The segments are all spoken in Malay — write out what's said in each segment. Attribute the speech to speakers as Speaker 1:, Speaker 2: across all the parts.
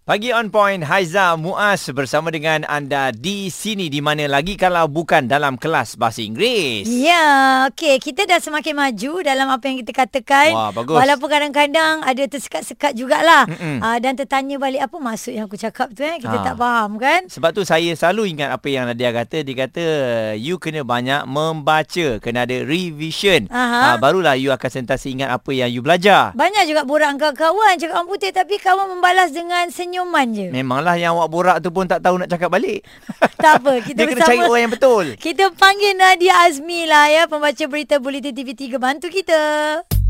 Speaker 1: Pagi on point Haiza Muaz bersama dengan anda di sini di mana lagi kalau bukan dalam kelas bahasa Inggeris.
Speaker 2: Ya, okey. Kita dah semakin maju dalam apa yang kita katakan.
Speaker 1: Wah, bagus.
Speaker 2: Walaupun kadang-kadang ada tersekat-sekat jugalah.
Speaker 1: Mm-mm.
Speaker 2: Uh, dan tertanya balik apa maksud yang aku cakap tu eh.
Speaker 1: Ah.
Speaker 2: Kita tak faham kan?
Speaker 1: Sebab tu saya selalu ingat apa yang Nadia kata. Dia kata you kena banyak membaca, kena ada revision.
Speaker 2: Aha.
Speaker 1: Ah, barulah you akan sentiasa ingat apa yang you belajar.
Speaker 2: Banyak juga borak dengan kawan cakap orang putih tapi kawan membalas dengan senyuman je.
Speaker 1: Memanglah yang awak borak tu pun tak tahu nak cakap balik.
Speaker 2: tak apa, kita
Speaker 1: Dia kena
Speaker 2: bersama.
Speaker 1: cari orang yang betul.
Speaker 2: Kita panggil Nadia Azmi lah ya, pembaca berita Bulletin TV3 bantu kita.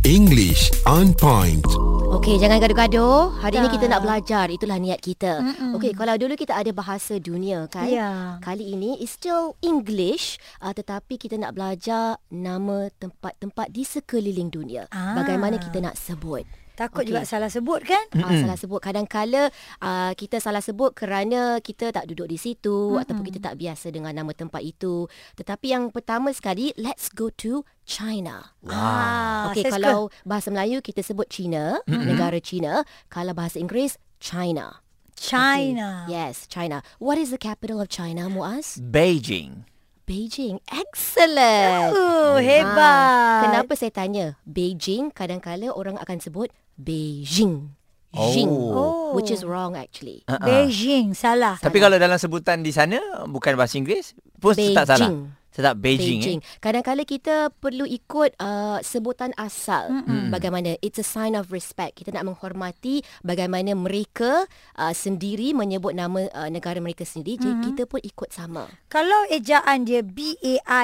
Speaker 3: English on point.
Speaker 2: Oh.
Speaker 4: Okey, jangan gaduh-gaduh. Hari ini kita
Speaker 2: Tak.
Speaker 4: nak belajar. Itulah niat kita.
Speaker 2: Mm-mm.
Speaker 4: Okey, kalau dulu kita ada bahasa dunia kan?
Speaker 2: Ya.
Speaker 4: Kali ini it's still English uh, tetapi kita nak belajar nama tempat-tempat di sekeliling dunia.
Speaker 2: Ah.
Speaker 4: Bagaimana kita nak sebut.
Speaker 2: Takut
Speaker 4: Okey.
Speaker 2: juga salah sebut kan?
Speaker 4: Uh, salah sebut kadang-kala uh, kita salah sebut kerana kita tak duduk di situ mm-hmm. ataupun kita tak biasa dengan nama tempat itu. Tetapi yang pertama sekali, let's go to China.
Speaker 2: Ah,
Speaker 4: Okey,
Speaker 2: saya suka.
Speaker 4: kalau bahasa Melayu kita sebut China, mm-hmm. negara China. Kalau bahasa Inggeris, China.
Speaker 2: China.
Speaker 4: Okay. Yes, China. What is the capital of China, Muaz?
Speaker 1: Beijing.
Speaker 4: Beijing. Excellent.
Speaker 2: Oh,
Speaker 4: Ah,
Speaker 2: hebat.
Speaker 4: Kenapa saya tanya? Beijing, kadang-kala orang akan sebut Beijing.
Speaker 1: Oh.
Speaker 4: Jing.
Speaker 2: Oh.
Speaker 4: Which is wrong actually.
Speaker 1: Ah, ah.
Speaker 2: Beijing salah.
Speaker 1: Tapi kalau dalam sebutan di sana bukan bahasa Inggeris, pun tetap salah.
Speaker 4: Beijing.
Speaker 1: Tetap Beijing. Beijing. Eh?
Speaker 4: Kadang-kala kita perlu ikut uh, sebutan asal.
Speaker 1: Mm-mm.
Speaker 4: Mm-mm. Bagaimana it's a sign of respect. Kita nak menghormati bagaimana mereka uh, sendiri menyebut nama uh, negara mereka sendiri. Jadi
Speaker 1: Mm-hmm.
Speaker 4: kita pun ikut sama.
Speaker 2: Kalau ejaan dia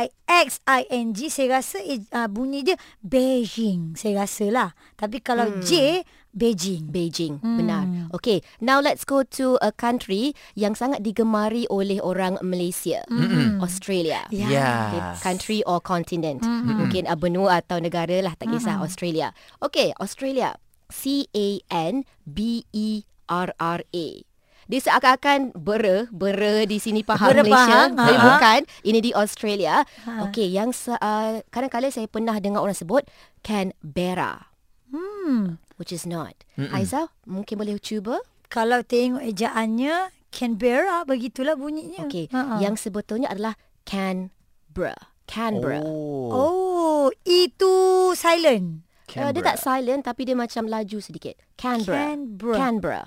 Speaker 2: B-A-I-X-I-N-G, saya rasa e- uh, bunyi dia Beijing. Saya rasa lah. Tapi kalau hmm. J, Beijing.
Speaker 4: Beijing, hmm. benar. Okay, now let's go to a country yang sangat digemari oleh orang Malaysia, mm-hmm. Australia.
Speaker 2: Ya.
Speaker 4: Okay,
Speaker 1: Yeah.
Speaker 4: country or continent. Mm-hmm. Mungkin uh, benua atau negara lah, tak kisah mm-hmm. Australia. Okay, Australia. E C-A-N-B-E-R-R-A. Dia seakan-akan bera, bera di sini Pahang
Speaker 2: Bera
Speaker 4: Malaysia.
Speaker 2: Pahang,
Speaker 4: Tapi
Speaker 2: ha.
Speaker 4: bukan, ini di Australia. Ha. Okay, yang se- uh, kadang-kadang saya pernah dengar orang sebut Canberra.
Speaker 2: Hmm.
Speaker 4: Which is not. Mm-mm. Aiza, mungkin boleh cuba?
Speaker 2: Kalau tengok ejaannya, Canberra, begitulah bunyinya.
Speaker 4: Okey.
Speaker 2: Ha-ha.
Speaker 4: Uh-uh. Yang sebetulnya adalah Canberra. Canberra.
Speaker 1: Oh.
Speaker 4: Oh.
Speaker 2: Oh, itu silent.
Speaker 4: Uh, dia tak silent tapi dia macam laju sedikit. Canberra.
Speaker 2: Canberra.
Speaker 4: Canberra.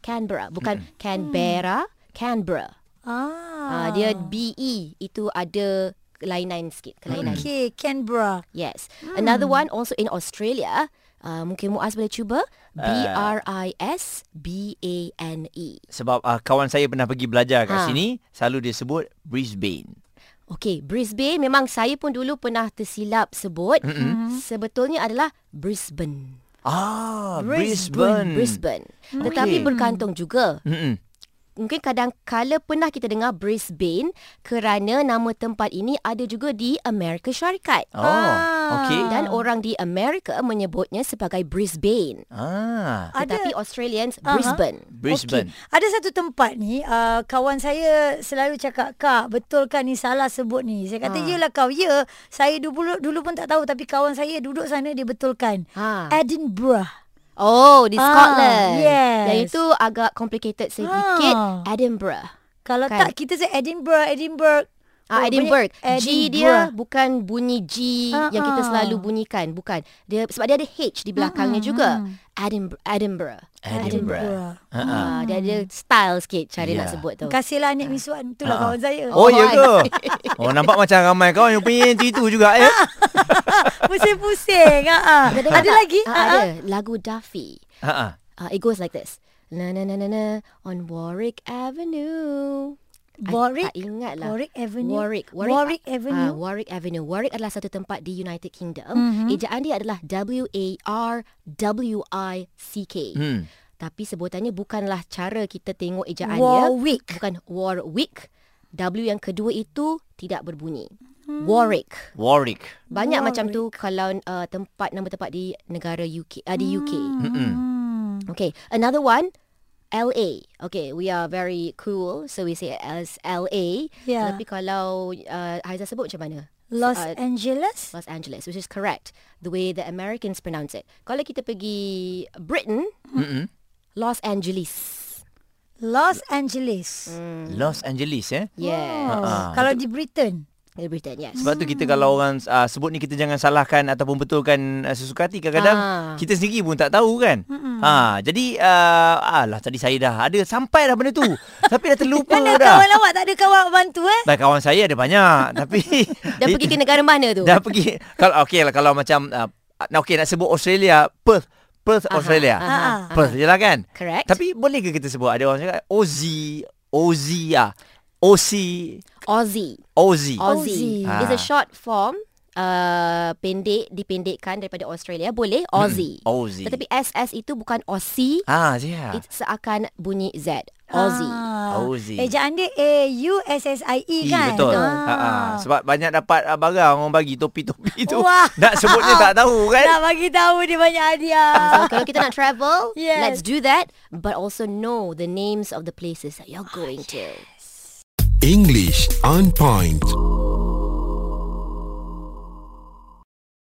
Speaker 4: Canberra. Bukan hmm. Canberra. Canberra.
Speaker 2: Ah.
Speaker 4: Ah. Uh, dia BE itu ada kelainan sikit. Kelainan. Okay.
Speaker 2: Okay, Canberra.
Speaker 4: Yes. Hmm. Another one also in Australia. Uh, mungkin Muaz boleh cuba.
Speaker 1: Uh.
Speaker 4: B-R-I-S-B-A-N-E.
Speaker 1: Sebab uh, kawan saya pernah pergi belajar kat ha.
Speaker 4: Ha.
Speaker 1: sini, selalu dia sebut Brisbane.
Speaker 4: Okey, Brisbane memang saya pun dulu pernah tersilap sebut.
Speaker 2: Hmm.
Speaker 4: Mm-hmm. Sebetulnya adalah Brisbane.
Speaker 1: Ah, Brisbane.
Speaker 2: Brisbane.
Speaker 4: Brisbane.
Speaker 2: Hmm.
Speaker 4: Okay. Tetapi
Speaker 1: Okey.
Speaker 4: berkantung juga.
Speaker 1: Mm-mm.
Speaker 4: Mungkin kadang-kala pernah kita dengar Brisbane kerana nama tempat ini ada juga di Amerika Syarikat.
Speaker 1: Oh, okey.
Speaker 4: Dan orang di Amerika menyebutnya sebagai Brisbane.
Speaker 1: Ah,
Speaker 2: Ada-
Speaker 4: Tetapi Australians,
Speaker 2: Aha.
Speaker 4: Brisbane.
Speaker 1: Brisbane.
Speaker 2: Okey. Ada satu tempat ni, uh, kawan saya selalu cakap, Kak, betul kan ni salah sebut ni? Saya kata, ha.
Speaker 4: Ha.
Speaker 2: yelah kau, ya. Saya dulu, dulu pun tak tahu, tapi kawan saya duduk sana, dia betulkan.
Speaker 4: Ha.
Speaker 2: Edinburgh.
Speaker 4: Oh, di
Speaker 2: Ah,
Speaker 4: Scotland.
Speaker 2: yes.
Speaker 4: Dan itu agak complicated
Speaker 2: Ah.
Speaker 4: sedikit. Edinburgh.
Speaker 2: Kalau
Speaker 4: Kan.
Speaker 2: tak, kita saya Edinburgh, Edinburgh.
Speaker 4: Ah,
Speaker 2: Oh,
Speaker 4: Edinburgh.
Speaker 2: bunyi
Speaker 4: G dia bukan bunyi G
Speaker 2: Ah,
Speaker 4: yang kita
Speaker 2: ah.
Speaker 4: selalu bunyikan, bukan. Dia sebab dia ada H di belakangnya juga. Edinburgh. Edinburgh.
Speaker 1: Edinburgh.
Speaker 4: Ah, dia ada style sikit cara
Speaker 1: Ya.
Speaker 4: nak sebut tu.
Speaker 2: Terima kasihlah Nek Miswan. Itulah
Speaker 1: Ha.
Speaker 2: kawan saya.
Speaker 1: Oh,
Speaker 4: Oh,
Speaker 1: ya ke?
Speaker 4: I-
Speaker 1: Oh, nampak macam ramai kawan yang punya yang itu juga ya.
Speaker 2: Pusing-pusing. Ha.
Speaker 4: Dah dengar
Speaker 2: Ada
Speaker 4: tak?
Speaker 2: lagi?
Speaker 4: Ah,
Speaker 2: Ha.
Speaker 4: ada lagu Duffy.
Speaker 1: Ha ah.
Speaker 4: Ah, it goes like this. Na na na na na on Warwick Avenue. I-
Speaker 2: Warwick?
Speaker 4: Tak ingat lah.
Speaker 2: Warwick Avenue?
Speaker 4: Warwick.
Speaker 2: Warwick
Speaker 4: ah,
Speaker 2: Avenue?
Speaker 4: Warwick Avenue. Warwick adalah satu tempat di United Kingdom.
Speaker 2: Mhm.
Speaker 4: Ejaan dia adalah W-A-R-W-I-C-K.
Speaker 1: Hmm.
Speaker 4: Tapi sebutannya bukanlah cara kita tengok ejaannya.
Speaker 2: Warwick.
Speaker 4: Bukan Warwick. W yang kedua itu tidak berbunyi.
Speaker 2: Hmm.
Speaker 4: Warwick.
Speaker 1: Warwick.
Speaker 4: Banyak macam tu kalau uh, tempat nama tempat di negara UK, uh, di UK.
Speaker 2: Hmm.
Speaker 4: Okay, another one LA. Okay, we are very cool so we say it as LA.
Speaker 2: Yeah.
Speaker 4: Tapi kalau uh, Haiza sebut macam mana?
Speaker 2: Los
Speaker 4: Uh,
Speaker 2: Angeles?
Speaker 4: Los Angeles, which is correct, the way the Americans pronounce it. Kalau kita pergi Britain, Los Angeles.
Speaker 2: Los Angeles.
Speaker 4: Mm,
Speaker 1: Los Angeles eh.
Speaker 4: Yeah.
Speaker 2: Oh,
Speaker 1: Ha-ha.
Speaker 2: kalau di Britain.
Speaker 4: Great Britain, yes.
Speaker 1: Sebab tu kita kalau orang uh, sebut ni kita jangan salahkan ataupun betulkan uh, sesuka hati kadang-kadang
Speaker 4: Ah.
Speaker 1: kita sendiri pun tak tahu kan. Ha jadi uh, alah tadi saya dah ada sampai dah benda tu. tapi dah terlupa
Speaker 2: Mana
Speaker 1: dah.
Speaker 2: kawan awak tak ada kawan bantu eh?
Speaker 1: Baik kawan saya ada banyak tapi
Speaker 4: Dah pergi ke negara mana tu?
Speaker 1: dah pergi kalau okey lah kalau macam uh, okey nak sebut Australia Perth Perth
Speaker 4: Aha,
Speaker 1: Australia.
Speaker 4: aha, aha.
Speaker 1: Perth je lah kan.
Speaker 4: Correct.
Speaker 1: Tapi boleh ke kita sebut ada orang cakap Aussie Aussie ah. Aussie
Speaker 4: Aussie.
Speaker 1: Aussie.
Speaker 4: Aussie.
Speaker 1: Aussie.
Speaker 4: It's a
Speaker 1: Ah.
Speaker 4: short form. Uh, pendek dipendekkan daripada Australia boleh Aussie.
Speaker 1: Hmm, Aussie.
Speaker 4: Tetapi SS itu bukan Aussie,
Speaker 1: Ah, yeah.
Speaker 4: it seakan bunyi Z. Aussie.
Speaker 2: Ah.
Speaker 1: Aussie.
Speaker 2: Ejaan dia A-U-S-S-I-E
Speaker 1: E,
Speaker 2: kan?
Speaker 1: Betul.
Speaker 4: Oh.
Speaker 1: Ha. Ha. Sebab banyak dapat ah, barang orang bagi topi-topi tu.
Speaker 2: Wah.
Speaker 1: Nak sebutnya tak tahu kan?
Speaker 2: Nak bagi tahu dia banyak hadiah.
Speaker 4: So kalau kita nak travel,
Speaker 2: Ah. Yes.
Speaker 4: let's do that but also know the names of the places that you're going to.
Speaker 3: English on point.